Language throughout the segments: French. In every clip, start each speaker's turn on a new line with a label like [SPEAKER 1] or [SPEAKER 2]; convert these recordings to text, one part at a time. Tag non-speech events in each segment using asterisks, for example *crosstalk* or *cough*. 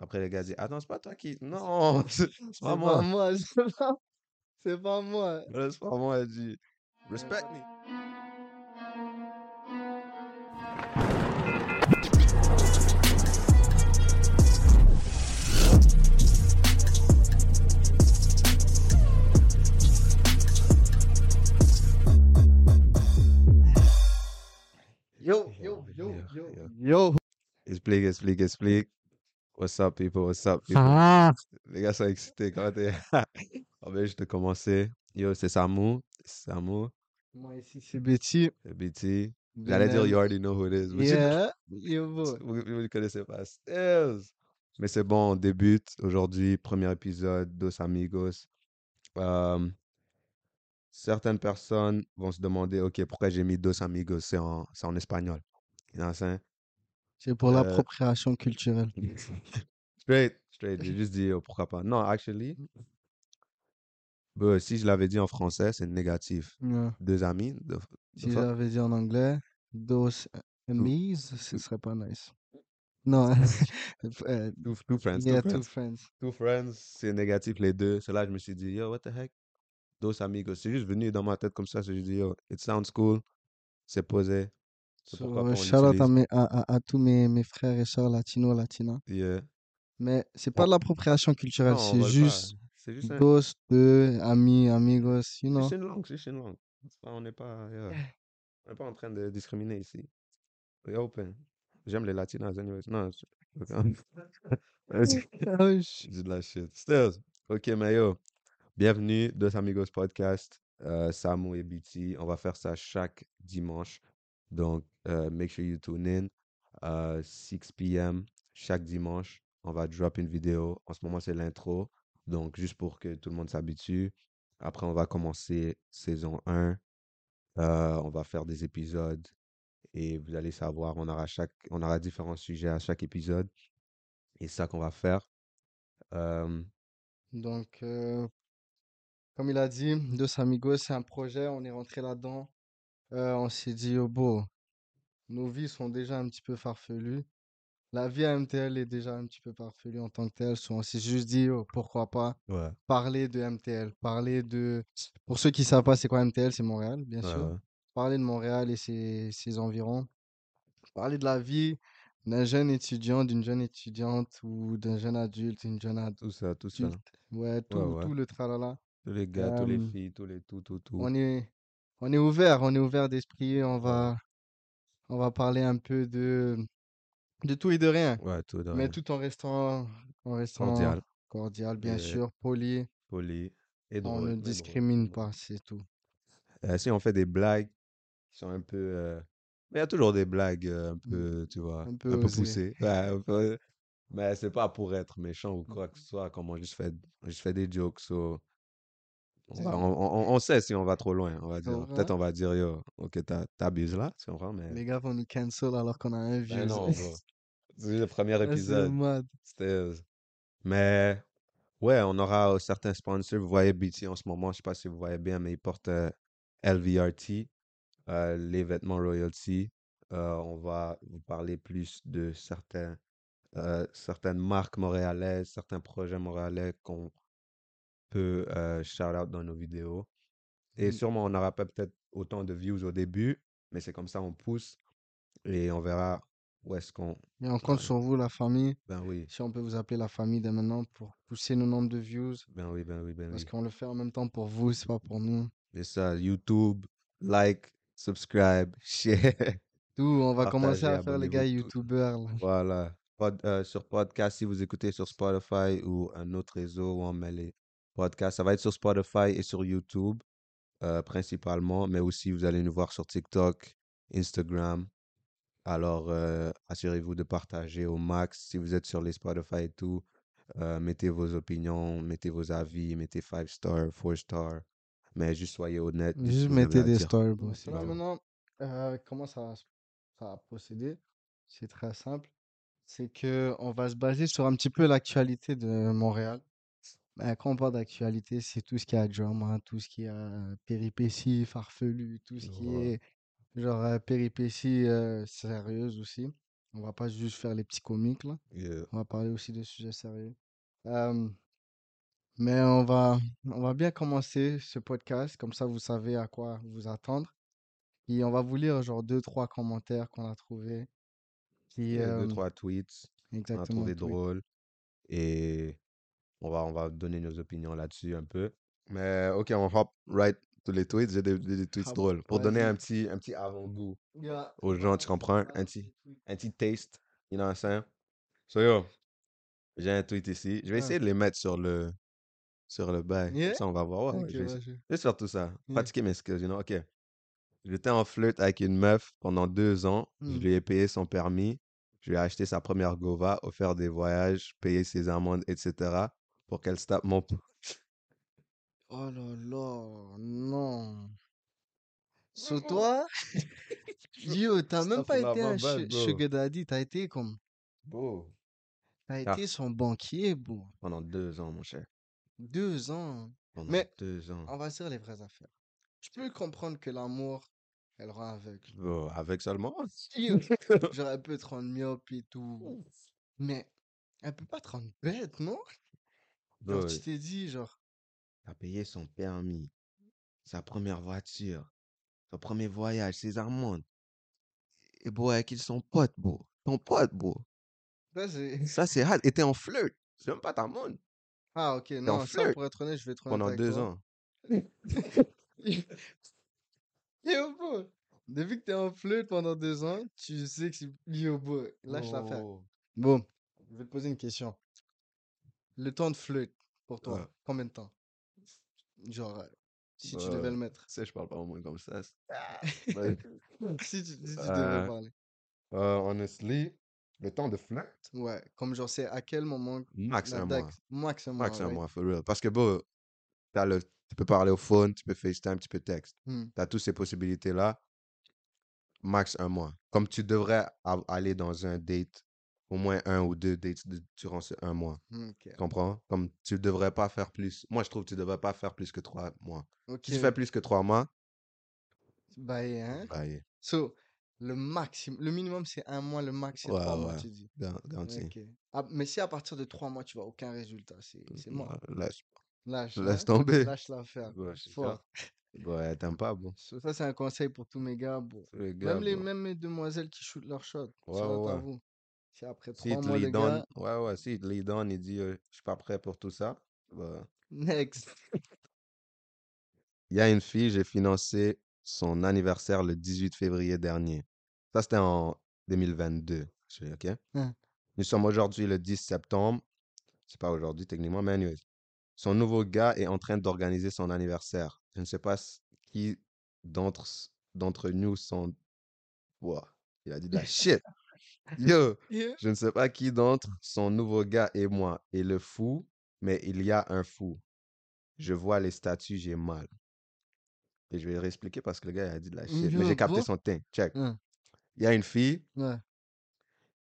[SPEAKER 1] Après, le gars dit: «Attends, c'est pas toi qui non, *laughs* c'est c'est pas
[SPEAKER 2] C'est pas
[SPEAKER 1] Ah, moi».
[SPEAKER 2] moi, *laughs* c'est pas, c'est pas moi.
[SPEAKER 1] Voilà, c'est pas moi, elle dit: «Respect me».
[SPEAKER 2] Yo,
[SPEAKER 1] yo, yo, yo.
[SPEAKER 2] Yo.
[SPEAKER 1] Explique, explique, explique. What's up, people? What's up, *laughs* people?
[SPEAKER 2] Ah.
[SPEAKER 1] Les gars sont excités quand t'es. *laughs* Oh, ben, On vient juste de commencer. Yo, c'est Samu. C'est Samu.
[SPEAKER 2] Moi ici, c'est Betty.
[SPEAKER 1] c'est BT. J'allais dire, you already know who it is. but you- *laughs*
[SPEAKER 2] Yeah. Yo,
[SPEAKER 1] Vous
[SPEAKER 2] boy.
[SPEAKER 1] ne le connaissez pas. Stills. Mais c'est bon, on débute aujourd'hui. Premier épisode, Dos Amigos. Euh, certaines personnes vont se demander, OK, pourquoi j'ai mis Dos Amigos? C'est en, c'est en espagnol. You know what I'm saying?
[SPEAKER 2] C'est pour
[SPEAKER 1] Euh,
[SPEAKER 2] l'appropriation culturelle.
[SPEAKER 1] Straight, straight. J'ai juste dit, oh, pourquoi pas. Non, actually, bah, si je l'avais dit en français, c'est négatif.
[SPEAKER 2] Ouais.
[SPEAKER 1] Deux amis. deux-
[SPEAKER 2] Si euh,
[SPEAKER 1] fuck?
[SPEAKER 2] j'avais dit en anglais, dos amis, ce serait
[SPEAKER 1] *laughs*
[SPEAKER 2] pas nice. Non. *laughs* euh,
[SPEAKER 1] Two, two friends.
[SPEAKER 2] yeah,
[SPEAKER 1] two friends.
[SPEAKER 2] two friends.
[SPEAKER 1] Two friends, c'est négatif les deux. C'est là que je me suis dit, yo, what the heck? Dos amigos. C'est juste venu dans ma tête comme ça. Je me suis dit, yo, it sounds cool. C'est posé. C'est
[SPEAKER 2] So, uh,
[SPEAKER 1] pourquoi pas on
[SPEAKER 2] shout out à,
[SPEAKER 1] l'utilise.
[SPEAKER 2] mes- à- à- à tous mes, mes frères et sœurs latinos, latinas.
[SPEAKER 1] Yeah.
[SPEAKER 2] Mais c'est pas de
[SPEAKER 1] On-
[SPEAKER 2] l'appropriation culturelle,
[SPEAKER 1] euh, Non, on
[SPEAKER 2] c'est
[SPEAKER 1] va le faire.
[SPEAKER 2] juste
[SPEAKER 1] C'est juste, un-
[SPEAKER 2] dos, de, amis, amigos, you
[SPEAKER 1] c'est
[SPEAKER 2] know.
[SPEAKER 1] juste une langue. C'est juste une langue. C'est pas- on n'est pas,
[SPEAKER 2] *laughs*
[SPEAKER 1] yeah. on n'est pas en train de discriminer ici. We open. J'aime les latinas, anyways. Non, *laughs*
[SPEAKER 2] *laughs*
[SPEAKER 1] je...
[SPEAKER 2] Oh, sh-
[SPEAKER 1] Je dis de la shit. Stills. Ok, Mayo. Bienvenue Dos Amigos Podcast. Euh, Samu et BT. On va faire ça chaque dimanche. Donc, euh, make sure you tune in. Euh, 6 p.m. chaque dimanche. On va drop une vidéo. En ce moment, c'est l'intro. Donc, juste pour que tout le monde s'habitue. Après, on va commencer saison 1. Euh, on va faire des épisodes. Et vous allez savoir, on aura, chaque, on aura différents sujets à chaque épisode. Et c'est ça qu'on va faire. Euh,
[SPEAKER 2] Donc, euh, comme il a dit, Dos Amigos, c'est un projet, on est rentré là-dedans. Euh, on s'est dit, oh, bon, nos vies sont déjà un petit peu farfelues. La vie à MTL est déjà un petit peu farfelue en tant que telle. so on s'est juste dit, oh, pourquoi pas
[SPEAKER 1] ouais.
[SPEAKER 2] parler de MTL, parler de... Pour ceux qui savent pas c'est quoi MTL, c'est Montréal, bien
[SPEAKER 1] ouais,
[SPEAKER 2] sûr.
[SPEAKER 1] ouais.
[SPEAKER 2] parler de Montréal et ses, ses environs, parler de la vie d'un jeune étudiant, d'une jeune étudiante ou d'un jeune adulte, une jeune adulte.
[SPEAKER 1] Tout ça, tout ça.
[SPEAKER 2] Ouais, tout,
[SPEAKER 1] ouais.
[SPEAKER 2] tout le tralala.
[SPEAKER 1] Tous les gars, tous les
[SPEAKER 2] Euh,
[SPEAKER 1] filles, tous les tout, tout, tout.
[SPEAKER 2] On est, on est ouvert, on est ouvert d'esprit, on va, on va parler un peu de, de tout et de rien,
[SPEAKER 1] Ouais, tout de
[SPEAKER 2] mais
[SPEAKER 1] rien.
[SPEAKER 2] tout en restant, en restant
[SPEAKER 1] Cordial,
[SPEAKER 2] cordial, bien
[SPEAKER 1] Yeah.
[SPEAKER 2] sûr, poli.
[SPEAKER 1] poli et
[SPEAKER 2] On
[SPEAKER 1] drôle.
[SPEAKER 2] ne
[SPEAKER 1] mais drôle,
[SPEAKER 2] discrimine
[SPEAKER 1] drôle.
[SPEAKER 2] pas, c'est tout.
[SPEAKER 1] Euh, si on fait des blagues qui sont un peu. euh, Mais il y a toujours des blagues euh, un
[SPEAKER 2] Mm.
[SPEAKER 1] peu, tu vois,
[SPEAKER 2] Un
[SPEAKER 1] un
[SPEAKER 2] peu
[SPEAKER 1] peu
[SPEAKER 2] osé.
[SPEAKER 1] poussées. Ouais, un peu- Mais c'est pas pour être méchant ou
[SPEAKER 2] Mm.
[SPEAKER 1] quoi que ce soit, comme on juste fait, on juste fait des jokes. so, On,
[SPEAKER 2] C'est
[SPEAKER 1] va-
[SPEAKER 2] ça.
[SPEAKER 1] on, on- on sait si on va trop loin, on va
[SPEAKER 2] Tu
[SPEAKER 1] dire.
[SPEAKER 2] comprends?
[SPEAKER 1] Peut-être on va dire, yo, ok, t'as- t'abuses là, tu comprends, mais.
[SPEAKER 2] Les gars vont nous cancel alors qu'on a un
[SPEAKER 1] Ben
[SPEAKER 2] vieux.
[SPEAKER 1] non, bro. C'est le premier
[SPEAKER 2] *laughs* Ah, C'est
[SPEAKER 1] épisode.
[SPEAKER 2] mad.
[SPEAKER 1] C'était- Mais ouais, on aura euh, certains sponsors. Vous voyez BT en ce moment, je sais pas si vous voyez bien, mais ils portent euh, LVRT, euh, les vêtements royalty. Euh, on va vous parler plus de certains, euh, certaines marques montréalaises, certains projets montréalais qu'on peut euh, shout out dans nos vidéos. Et
[SPEAKER 2] Mm.
[SPEAKER 1] sûrement, on n'aura pas peut-être autant de views au début, mais c'est comme ça, on pousse et on verra où est-ce qu'on.
[SPEAKER 2] Et on
[SPEAKER 1] Ah
[SPEAKER 2] compte
[SPEAKER 1] ouais.
[SPEAKER 2] sur vous, la famille.
[SPEAKER 1] Ben oui,
[SPEAKER 2] Si on peut vous appeler la famille dès maintenant pour pousser nos nombres de views.
[SPEAKER 1] ben oui, ben oui, ben
[SPEAKER 2] Parce
[SPEAKER 1] oui.
[SPEAKER 2] qu'on le fait en même temps pour vous, c'est pas pour nous.
[SPEAKER 1] C'est ça, YouTube, like, subscribe, *laughs* share.
[SPEAKER 2] Tout, on va commencer
[SPEAKER 1] Partagez,
[SPEAKER 2] à faire les gars
[SPEAKER 1] abonnez-vous, tout.
[SPEAKER 2] youtubeurs. là.
[SPEAKER 1] Voilà. Pod- euh, sur podcast, si vous écoutez sur Spotify ou un autre réseau où on met les podcasts, ça va être sur Spotify et sur YouTube euh, principalement, mais aussi vous allez nous voir sur TikTok, Instagram. Alors, euh, assurez-vous de partager au max. Si vous êtes sur les Spotify et tout, euh, mettez vos opinions, mettez vos avis, mettez 5 stars, 4 stars. Mais juste soyez honnête, dites ce
[SPEAKER 2] Juste
[SPEAKER 1] que vous avez
[SPEAKER 2] mettez
[SPEAKER 1] à
[SPEAKER 2] des
[SPEAKER 1] dire.
[SPEAKER 2] stories.
[SPEAKER 1] Ouais,
[SPEAKER 2] boss.
[SPEAKER 1] c'est
[SPEAKER 2] Là
[SPEAKER 1] bon.
[SPEAKER 2] maintenant, euh, comment ça va, se- ça va procéder? C'est très simple. C'est que on va se baser sur un petit peu l'actualité de Montréal. Euh, Quand on parle d'actualité, c'est tout ce qui a drama, hein, tout ce qui a péripéties, farfelu, tout ce qui
[SPEAKER 1] Ouais.
[SPEAKER 2] est genre euh, péripéties euh, sérieuses aussi. On va pas juste faire les petits comiques là.
[SPEAKER 1] Yeah.
[SPEAKER 2] On va parler aussi de sujets sérieux. Euh, mais on va, on va bien commencer ce podcast, comme ça vous savez à quoi vous attendre. Et on va vous lire genre deux, trois commentaires qu'on a trouvés. Qui,
[SPEAKER 1] Yeah,
[SPEAKER 2] euh,
[SPEAKER 1] deux, trois tweets. On a
[SPEAKER 2] exactement,
[SPEAKER 1] trouvé
[SPEAKER 2] tweet.
[SPEAKER 1] drôle. Et on va, on va donner nos opinions là-dessus un peu. Mais ok, on hop right to les tweets. J'ai des, des- des tweets
[SPEAKER 2] Hop,
[SPEAKER 1] drôles. Pour donner
[SPEAKER 2] vas-y.
[SPEAKER 1] un petit, un petit avant-goût
[SPEAKER 2] Yeah. Ah,
[SPEAKER 1] aux gens, tu comprends? Un petit, un petit taste. You know what I'm saying? So yo, j'ai un tweet ici. Je vais
[SPEAKER 2] Ah.
[SPEAKER 1] essayer de les mettre sur le, sur le bail. Comme
[SPEAKER 2] Yeah?
[SPEAKER 1] ça, on va voir. Ouais, ouais,
[SPEAKER 2] Ok,
[SPEAKER 1] je vais essayer.
[SPEAKER 2] vas-y.
[SPEAKER 1] Je vais faire tout ça.
[SPEAKER 2] Yeah.
[SPEAKER 1] Pratiquer mes skills, you know? Ok. J'étais en flirte avec une meuf pendant deux ans. Je
[SPEAKER 2] Hmm.
[SPEAKER 1] lui ai payé son permis. Je lui ai acheté sa première Gova, offert des voyages, payé ses amendes, etc. pour qu'elle se tape mon pouce.
[SPEAKER 2] Oh là là, non.
[SPEAKER 1] Mmh,
[SPEAKER 2] Sur
[SPEAKER 1] *laughs*
[SPEAKER 2] toi, yo, t'as même pas
[SPEAKER 1] Astaghfirullah,
[SPEAKER 2] été
[SPEAKER 1] my
[SPEAKER 2] un
[SPEAKER 1] bad,
[SPEAKER 2] su-
[SPEAKER 1] bro.
[SPEAKER 2] sugar daddy, t'as été comme,
[SPEAKER 1] Bro.
[SPEAKER 2] t'as
[SPEAKER 1] Ah,
[SPEAKER 2] été son banquier, bro.
[SPEAKER 1] pendant deux ans, mon cher.
[SPEAKER 2] Deux ans.
[SPEAKER 1] Pendant
[SPEAKER 2] Mais
[SPEAKER 1] deux ans.
[SPEAKER 2] on va se dire les vraies affaires. Je peux comprendre que l'amour, elle rend aveugle. Hum,
[SPEAKER 1] Bro, avec seulement.
[SPEAKER 2] *laughs* Yo, genre, elle peut te rendre myope et tout. Mais elle peut pas te rendre bête, non? Genre,
[SPEAKER 1] Bro,
[SPEAKER 2] tu t'es dit, genre,
[SPEAKER 1] t'as payé son permis, sa première voiture, son premier voyage, ses amendes. Et bro, avec qui son pote, bro. Ton pote, bro.
[SPEAKER 2] ça
[SPEAKER 1] *laughs*
[SPEAKER 2] c'est.
[SPEAKER 1] Ça, c'est hard. Et t'es en flirt. C'est même pas ta monde.
[SPEAKER 2] Ah, ok,
[SPEAKER 1] T'es en
[SPEAKER 2] non, ça,
[SPEAKER 1] flirt
[SPEAKER 2] pour être honnête, je vais être honnête
[SPEAKER 1] pendant
[SPEAKER 2] avec
[SPEAKER 1] deux
[SPEAKER 2] toi.
[SPEAKER 1] ans.
[SPEAKER 2] *laughs* Yo, bro. Depuis que t'es en flûte pendant deux ans, tu sais que c'est. Yo, bro, lâche l'affaire.
[SPEAKER 1] Bro.
[SPEAKER 2] Bon, je vais te poser une question. Le temps de flûte, pour toi,
[SPEAKER 1] Ouais.
[SPEAKER 2] combien de temps? Genre, euh, si tu devais
[SPEAKER 1] Euh,
[SPEAKER 2] le mettre.
[SPEAKER 1] Tu sais, je parle pas au moins comme ça. c'est- Ouais.
[SPEAKER 2] *laughs* Si tu, si tu devais
[SPEAKER 1] Euh,
[SPEAKER 2] parler.
[SPEAKER 1] euh, honestly, le temps de flirt,
[SPEAKER 2] Ouais, comme genre, c'est à quel moment
[SPEAKER 1] max
[SPEAKER 2] la ah
[SPEAKER 1] un
[SPEAKER 2] dax
[SPEAKER 1] mois.
[SPEAKER 2] max un mois,
[SPEAKER 1] Max un
[SPEAKER 2] right?
[SPEAKER 1] mois, for real. Parce que, bro, t'as le, tu peux parler au phone, tu peux FaceTime, tu peux texte.
[SPEAKER 2] Hmm,
[SPEAKER 1] T'as toutes ces possibilités-là, max un mois. Comme tu devrais av- aller dans un date, au moins un ou deux dates de- durant ce un mois.
[SPEAKER 2] Mmh, Ok,
[SPEAKER 1] Tu comprends? Comme tu devrais pas faire plus. Moi, je trouve que tu devrais pas faire plus que trois mois. Si tu fais
[SPEAKER 2] ok.
[SPEAKER 1] plus que trois mois,
[SPEAKER 2] Bye, hein?
[SPEAKER 1] bah, yeah.
[SPEAKER 2] So, le maximum, le minimum, c'est un mois, le max, c'est
[SPEAKER 1] ouais,
[SPEAKER 2] trois mois,
[SPEAKER 1] ouais,
[SPEAKER 2] tu dis.
[SPEAKER 1] gar- garanti.
[SPEAKER 2] Ok. Ah, mais si à partir de trois mois, tu vois aucun résultat, c'est c'est mort.
[SPEAKER 1] Mmh, Ouais, Laisse,
[SPEAKER 2] Lâche,
[SPEAKER 1] laisse
[SPEAKER 2] hein?
[SPEAKER 1] tomber.
[SPEAKER 2] Lâche l'affaire.
[SPEAKER 1] Ouais, c'est ça.
[SPEAKER 2] Fort.
[SPEAKER 1] Ouais, t'aimes pas, bon.
[SPEAKER 2] So, Ça, c'est un conseil pour tous mes gars, bro.
[SPEAKER 1] Tous les gars,
[SPEAKER 2] Même les,
[SPEAKER 1] bon.
[SPEAKER 2] même les demoiselles qui shootent leur shot.
[SPEAKER 1] Ouais,
[SPEAKER 2] Shout out
[SPEAKER 1] ouais,
[SPEAKER 2] à
[SPEAKER 1] ouais.
[SPEAKER 2] vous. Si après
[SPEAKER 1] Si il
[SPEAKER 2] trois
[SPEAKER 1] te
[SPEAKER 2] mois,
[SPEAKER 1] lead
[SPEAKER 2] le
[SPEAKER 1] on,
[SPEAKER 2] gars,
[SPEAKER 1] ouais, ouais, si il te lead on, il dit, euh, je suis pas prêt pour tout ça. bah,
[SPEAKER 2] *laughs* next.
[SPEAKER 1] Il y a une fille, j'ai financé son anniversaire le 18 février dernier. Ça, c'était en 2022. je sais, OK?
[SPEAKER 2] Hein.
[SPEAKER 1] Nous sommes aujourd'hui le 10 septembre. C'est pas aujourd'hui techniquement, mais anyways. Son nouveau gars est en train d'organiser son anniversaire. Je ne sais pas s- qui d'entre s- d'entre nous sont... Ouah, il a dit de la shit. Yo,
[SPEAKER 2] Yeah.
[SPEAKER 1] je ne sais pas qui d'entre son nouveau gars et moi est le fou, mais il y a un fou. Je vois les statues, j'ai mal. Et je vais réexpliquer parce que le gars il a dit de la shit. Mais
[SPEAKER 2] Yo,
[SPEAKER 1] j'ai capté
[SPEAKER 2] bro.
[SPEAKER 1] son teint. Check.
[SPEAKER 2] Hein,
[SPEAKER 1] Il y a une fille,
[SPEAKER 2] Ouais,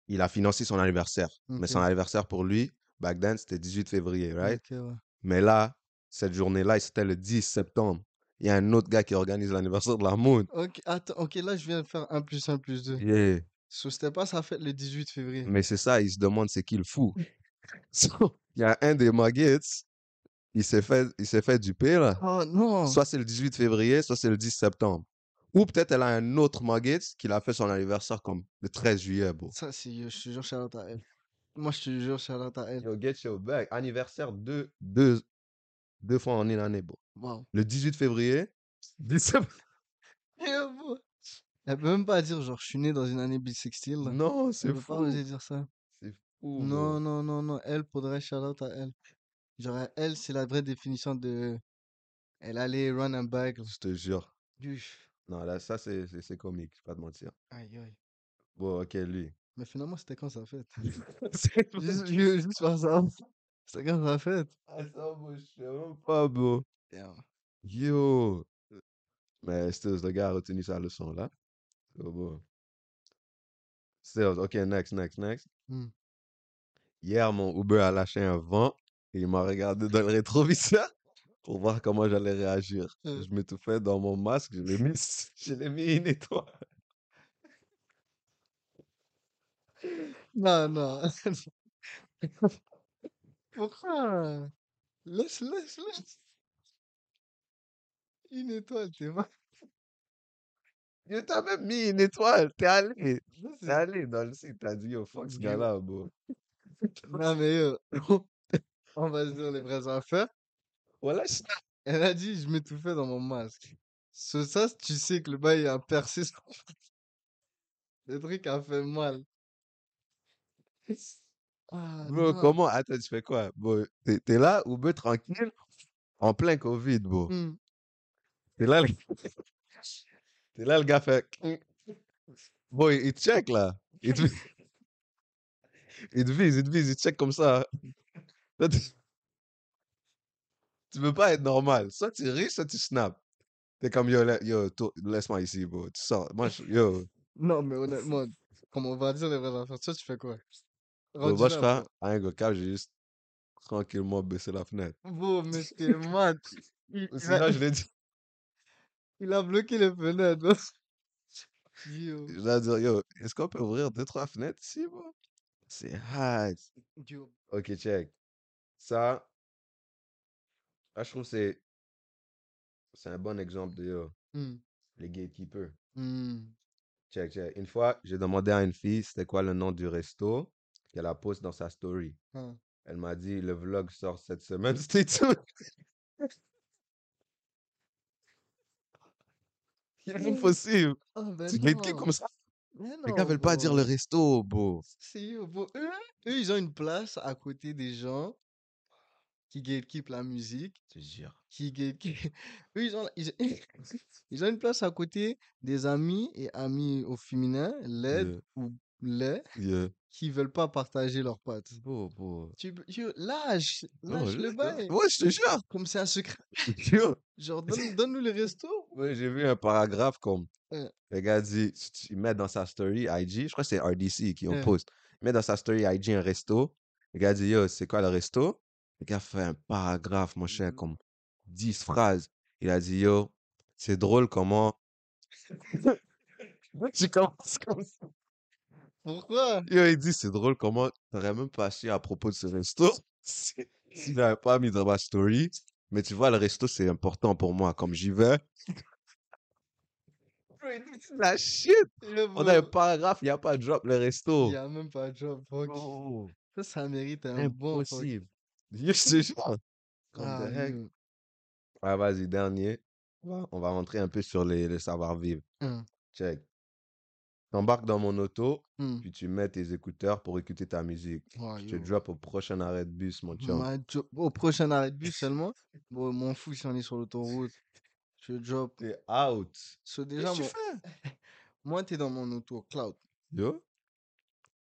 [SPEAKER 1] il a financé son anniversaire. Mais son
[SPEAKER 2] ok. Mmh.
[SPEAKER 1] anniversaire pour lui, back then, c'était 18 février, *laughs* right?
[SPEAKER 2] Ok, ouais.
[SPEAKER 1] Mais là, cette journée-là, et c'était le 10 septembre. Il y a un autre gars qui organise l'anniversaire de la moon.
[SPEAKER 2] Ok, attends, ok, là, je viens de faire 1 plus 1 plus 2.
[SPEAKER 1] Yeah.
[SPEAKER 2] So, c'était pas sa fête le 18 février.
[SPEAKER 1] Mais c'est ça, il se demande c'est qui le fou. *laughs* So, il y a un des Muggets, il s'est fait, il s'est fait duper, là.
[SPEAKER 2] Oh non!
[SPEAKER 1] Soit c'est le 18 février, soit c'est le 10 septembre. Ou peut-être elle a un autre Muggets qui l'a fait son anniversaire comme le 13 juillet, bro.
[SPEAKER 2] Ça, c'est. Je te jure, shout out à elle. Moi, je te jure, shout out à elle.
[SPEAKER 1] Yo, get your bag. Anniversaire deux, deux, deux fois en une année, bro.
[SPEAKER 2] Waouh.
[SPEAKER 1] Le 18 février, 10 septembre.
[SPEAKER 2] Yeah, bro. Elle peut même pas dire, genre, je suis né dans une année bisextile.
[SPEAKER 1] *laughs*
[SPEAKER 2] là.
[SPEAKER 1] Non,
[SPEAKER 2] Elle
[SPEAKER 1] c'est
[SPEAKER 2] peut pas
[SPEAKER 1] fou.
[SPEAKER 2] oser dire ça.
[SPEAKER 1] C'est fou,
[SPEAKER 2] Non,
[SPEAKER 1] bro.
[SPEAKER 2] non, non, non. Elle, faudrait shout out à elle. Genre, elle, c'est la vraie définition de. Elle allait run and back.
[SPEAKER 1] Je te jure.
[SPEAKER 2] Duf.
[SPEAKER 1] Non, là, ça, c'est c'est- c'est comique, je vais pas te mentir.
[SPEAKER 2] Aïe, aïe.
[SPEAKER 1] Bon, ok, lui.
[SPEAKER 2] Mais finalement, c'était quand sa fête?
[SPEAKER 1] *laughs* C'est pas-
[SPEAKER 2] Juste, je- juste par ça. C'était quand sa fête?
[SPEAKER 1] Ah, ça, bro, je sais même pas, bro.
[SPEAKER 2] Damn.
[SPEAKER 1] Yo. Mais Stills, le gars a retenu sa leçon, là. So, bro. Stills, ok, next, next, next.
[SPEAKER 2] Hmm.
[SPEAKER 1] Hier, mon Uber a lâché un vent et il m'a regardé dans le rétroviseur *laughs* pour voir comment j'allais réagir.
[SPEAKER 2] Euh,
[SPEAKER 1] Je m'étouffais dans mon masque, *laughs* je l'ai mis, je l'ai mis une étoile.
[SPEAKER 2] Non, non. *laughs* Pourquoi? Laisse, laisse, laisse. Une étoile, t'es mal.
[SPEAKER 1] Je t'ai même mis une étoile. T'es allé.
[SPEAKER 2] Non,
[SPEAKER 1] T'es
[SPEAKER 2] c'est-
[SPEAKER 1] allé dans le site. T'as dit, yo, fuck ce
[SPEAKER 2] Yo.
[SPEAKER 1] gars-là, bro. *laughs*
[SPEAKER 2] Non, mais euh, *laughs* on va se dire les vraies affaires.
[SPEAKER 1] Voilà, je-
[SPEAKER 2] Elle a dit, je m'étouffais dans mon masque. Ce, ça, tu sais que le bail a percé. sur- Le truc a
[SPEAKER 1] *laughs*
[SPEAKER 2] fait mal. Ah,
[SPEAKER 1] Bro,
[SPEAKER 2] non.
[SPEAKER 1] comment? Attends, tu fais quoi? Bro, t'es t'es là, ou be tranquille, en plein Covid, bro.
[SPEAKER 2] Hmm.
[SPEAKER 1] T'es là, le... t'es là, le gars fait.
[SPEAKER 2] Mm.
[SPEAKER 1] Bro, il il te check, là. Il te... *laughs* il te vise, il te vise, il te check comme ça. Toi, tu tu peux pas être normal. Soit tu ris, soit tu snaps. T'es comme, yo, la- yo, to- laisse-moi ici, bro. Tu sors. Moi, je- yo, *laughs*
[SPEAKER 2] Non, mais honnêtement, comme on va dire les vraies affaires, toi, tu fais quoi?
[SPEAKER 1] bro,
[SPEAKER 2] Rendu
[SPEAKER 1] Bah, moi, je
[SPEAKER 2] là,
[SPEAKER 1] fais un
[SPEAKER 2] bro.
[SPEAKER 1] un gars cap, j'ai juste tranquillement baissé la fenêtre.
[SPEAKER 2] Bro, mais t'es mal. Il, il a,
[SPEAKER 1] Sinon, je l'ai dit,
[SPEAKER 2] il a bloqué les fenêtres. bro. Yo.
[SPEAKER 1] je dois dire, yo, est-ce qu'on peut ouvrir deux, trois fenêtres ici, bro? C'est hard.
[SPEAKER 2] Yo.
[SPEAKER 1] Ok, check. Ça, ah, je trouve que c'est c'est un bon exemple de yo,
[SPEAKER 2] Hmm.
[SPEAKER 1] les gatekeepers.
[SPEAKER 2] Hmm.
[SPEAKER 1] Check, check. Une fois, j'ai demandé à une fille c'était quoi le nom du resto qu'elle a posté dans sa story.
[SPEAKER 2] Ah.
[SPEAKER 1] Elle m'a dit le vlog sort cette semaine, *laughs* c'était tout. C'est
[SPEAKER 2] Eh,
[SPEAKER 1] impossible.
[SPEAKER 2] Ah, ben
[SPEAKER 1] Tu gatekeep
[SPEAKER 2] non.
[SPEAKER 1] comme ça.
[SPEAKER 2] Mais
[SPEAKER 1] Les gars
[SPEAKER 2] non,
[SPEAKER 1] veulent pas dire le
[SPEAKER 2] bro.
[SPEAKER 1] resto, bro.
[SPEAKER 2] C'est eux, bro. Eux, eux, ils ont une place à côté des gens qui gatekeep la musique,
[SPEAKER 1] Je te jure.
[SPEAKER 2] qui gatekeep... *laughs* Eux, ils ont, ils, ils ont une place à côté des amis et amis au féminin, laid
[SPEAKER 1] Yeah,
[SPEAKER 2] ou les,
[SPEAKER 1] yeah.
[SPEAKER 2] qui veulent pas partager leurs pattes.
[SPEAKER 1] Bro, bro.
[SPEAKER 2] Tu, peux- yo, lâche,
[SPEAKER 1] Bro,
[SPEAKER 2] lâche
[SPEAKER 1] là,
[SPEAKER 2] le
[SPEAKER 1] là,
[SPEAKER 2] bail.
[SPEAKER 1] ouais, je te jure.
[SPEAKER 2] Comme c'est un secret.
[SPEAKER 1] Yo.
[SPEAKER 2] Genre, donne, donne-nous le resto.
[SPEAKER 1] Ouais, j'ai vu un paragraphe comme
[SPEAKER 2] Euh,
[SPEAKER 1] Le gars dit, si tu- il met dans sa story IG, je crois que c'est RDC qui en
[SPEAKER 2] euh,
[SPEAKER 1] poste. Il met dans sa story IG un resto. Le gars dit, yo, c'est quoi le resto? Le gars fait un paragraphe, mon cher,
[SPEAKER 2] Mhm.
[SPEAKER 1] comme 10 phrases. Il a dit, yo, c'est drôle comment. *laughs* Tu commences comme ça.
[SPEAKER 2] Pourquoi?
[SPEAKER 1] Yo, il dit, c'est drôle comment t'aurais même pas su à propos de ce resto *laughs* si tu *laughs* l'avais pas mis dans ma story. Mais tu vois, le resto, c'est important pour moi. Comme j'y vais, *laughs* Bro, il dit, c'est de la shit.
[SPEAKER 2] Yo,
[SPEAKER 1] On a un
[SPEAKER 2] bro,
[SPEAKER 1] paragraphe, il n'y a pas de drop le
[SPEAKER 2] il y
[SPEAKER 1] resto.
[SPEAKER 2] a même pas de job, fuck.
[SPEAKER 1] Bro.
[SPEAKER 2] Ça, ça mérite un bon fuck.
[SPEAKER 1] Impossible. *laughs* Yo, Je te jure. Comme the
[SPEAKER 2] Ah,
[SPEAKER 1] heck.
[SPEAKER 2] yo.
[SPEAKER 1] Ah, vas-y, dernier. On va on va rentrer un peu sur les, le savoir-vivre.
[SPEAKER 2] Hein,
[SPEAKER 1] Check. T'embarques dans mon auto,
[SPEAKER 2] hein.
[SPEAKER 1] puis tu mets tes écouteurs pour écouter ta musique.
[SPEAKER 2] Ah,
[SPEAKER 1] Je te
[SPEAKER 2] yo.
[SPEAKER 1] drop au prochain arrêt de bus, mon chum.
[SPEAKER 2] Ma jo- Au prochain arrêt de bus seulement. Bon, m'en fous si on est sur l'autoroute. Je drop.
[SPEAKER 1] T'es out.
[SPEAKER 2] So, déjà,
[SPEAKER 1] Qu'est-ce que tu
[SPEAKER 2] mon...
[SPEAKER 1] fais?
[SPEAKER 2] moi, t'es dans mon auto, cloud.
[SPEAKER 1] Yo?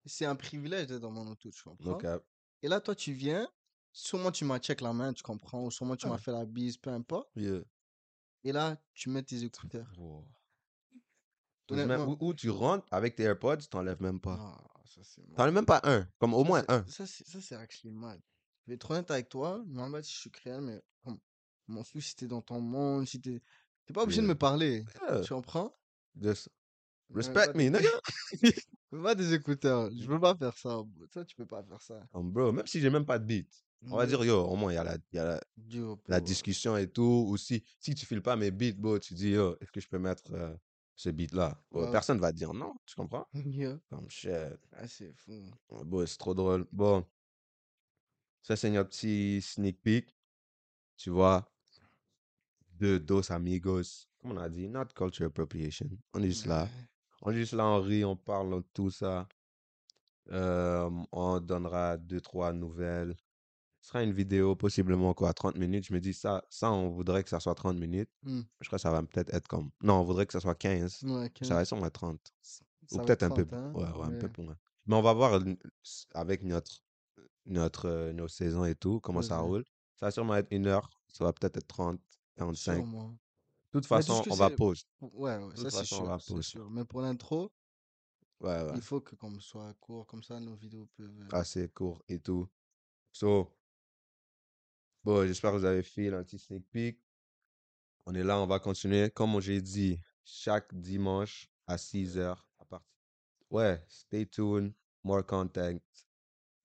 [SPEAKER 2] C'est un privilège d'être dans mon auto, tu
[SPEAKER 1] No
[SPEAKER 2] comprends?
[SPEAKER 1] cap.
[SPEAKER 2] Et là, toi, tu viens. Sûrement, tu m'as check la main, tu comprends? Ou sûrement, tu m'as
[SPEAKER 1] Ah,
[SPEAKER 2] fait la bise, peu importe.
[SPEAKER 1] yeah.
[SPEAKER 2] Et là, tu mets tes écouteurs.
[SPEAKER 1] Wow. Ou, je mets-
[SPEAKER 2] Honnêtement,
[SPEAKER 1] ou- ou tu rentres avec tes AirPods, tu t'enlèves même pas.
[SPEAKER 2] non, Ah, ça, c'est mort.
[SPEAKER 1] T'enlèves même pas un. Comme au
[SPEAKER 2] Ça,
[SPEAKER 1] moins
[SPEAKER 2] c'est,
[SPEAKER 1] un.
[SPEAKER 2] ça, c'est, ça, c'est actually mal. Je vais être honnête avec toi. Normalement, je suis créé, mais comme, je m'en fous si t'es dans ton monde, si t'es. T'es pas obligé de
[SPEAKER 1] Yeah.
[SPEAKER 2] me parler.
[SPEAKER 1] Yeah.
[SPEAKER 2] Tu comprends?
[SPEAKER 1] Just
[SPEAKER 2] Mais
[SPEAKER 1] euh, respect
[SPEAKER 2] pas,
[SPEAKER 1] me,
[SPEAKER 2] *laughs*
[SPEAKER 1] nigga.
[SPEAKER 2] mais pas des écouteurs. Je peux pas faire ça. bro. Ça, tu peux pas faire ça.
[SPEAKER 1] Um, bro, même si j'ai même pas de beat, on va
[SPEAKER 2] Mais,
[SPEAKER 1] dire yo, au moins il y a la, y a la,
[SPEAKER 2] yo,
[SPEAKER 1] la
[SPEAKER 2] bro.
[SPEAKER 1] discussion et tout. Ou si, si tu files pas mes beats, bro, tu dis yo, est-ce que je peux mettre euh, ce beat là? Bro,
[SPEAKER 2] Ouais.
[SPEAKER 1] personne va dire non, tu comprends?
[SPEAKER 2] *laughs* Yo.
[SPEAKER 1] Comme shit.
[SPEAKER 2] Ah, c'est fou.
[SPEAKER 1] Oh, Bro, c'est trop drôle. Bon, ça c'est notre petit sneak peek, tu vois, de Dos Amigos. Comme on a dit, not culture appropriation. On est
[SPEAKER 2] Mmh.
[SPEAKER 1] juste là.
[SPEAKER 2] Ouais.
[SPEAKER 1] On est juste là, on rit, on parle de tout ça. Euh, on donnera deux, trois nouvelles. Ce sera une vidéo, possiblement quoi, 30 minutes. Je me dis ça, ça, on voudrait que ça soit 30 minutes.
[SPEAKER 2] Hmm.
[SPEAKER 1] Je crois que ça va peut-être être comme. Non, on voudrait que ça soit 15.
[SPEAKER 2] Ouais,
[SPEAKER 1] Ça va
[SPEAKER 2] 15.
[SPEAKER 1] sûrement être 30. Ou
[SPEAKER 2] Ça va être
[SPEAKER 1] peut-être un peu.
[SPEAKER 2] 30, hein.
[SPEAKER 1] Ouais, ouais, un peu
[SPEAKER 2] Ouais.
[SPEAKER 1] moins. Mais on va voir n- s- avec notre, notre, euh, nos saisons et tout, comment ça
[SPEAKER 2] Vas-y.
[SPEAKER 1] roule. Ça va sûrement être une heure. Ça va peut-être être 30, 45. De
[SPEAKER 2] Sûrement.
[SPEAKER 1] toute
[SPEAKER 2] Mais tout ce
[SPEAKER 1] façon,
[SPEAKER 2] que
[SPEAKER 1] on va
[SPEAKER 2] c'est.
[SPEAKER 1] pause.
[SPEAKER 2] Ouais, ouais,
[SPEAKER 1] De toute
[SPEAKER 2] ça, c'est
[SPEAKER 1] façon, on
[SPEAKER 2] sûr.
[SPEAKER 1] va
[SPEAKER 2] C'est
[SPEAKER 1] pause.
[SPEAKER 2] sûr. Mais pour l'intro.
[SPEAKER 1] Ouais, ouais. Ah.
[SPEAKER 2] Il faut que comme soit court, comme ça nos vidéos peuvent. euh,
[SPEAKER 1] Assez court et tout. So, bon, j'espère que vous avez fait un petit sneak peek. On est là, on va continuer. Comme j'ai dit, chaque dimanche à 6h. À partir... Ouais, stay tuned. more content,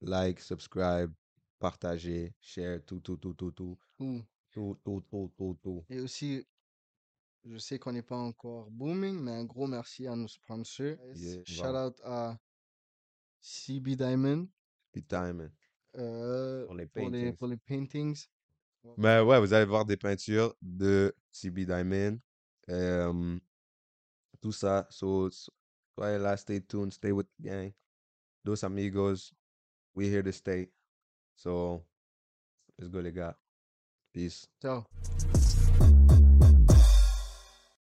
[SPEAKER 1] like, subscribe, partager, share, tout, tout, tout, tout, tout,
[SPEAKER 2] Ou-
[SPEAKER 1] tout, tout, tout, tout, tout.
[SPEAKER 2] Et aussi, je sais qu'on n'est pas encore booming, mais un gros merci à nos sponsors.
[SPEAKER 1] Yeah,
[SPEAKER 2] Shout
[SPEAKER 1] wow.
[SPEAKER 2] out à CB Diamond
[SPEAKER 1] Good timing
[SPEAKER 2] euh,
[SPEAKER 1] pour les
[SPEAKER 2] pour les,
[SPEAKER 1] paintings.
[SPEAKER 2] pour les paintings. Ouais.
[SPEAKER 1] Mais ouais, vous allez voir des peintures de CB Diamond. Euh, tout ça. So, so- soyez là, stay tuned, stay with the gang. Dos amigos, we here to stay. So, let's go, les gars. Peace.
[SPEAKER 2] Ciao.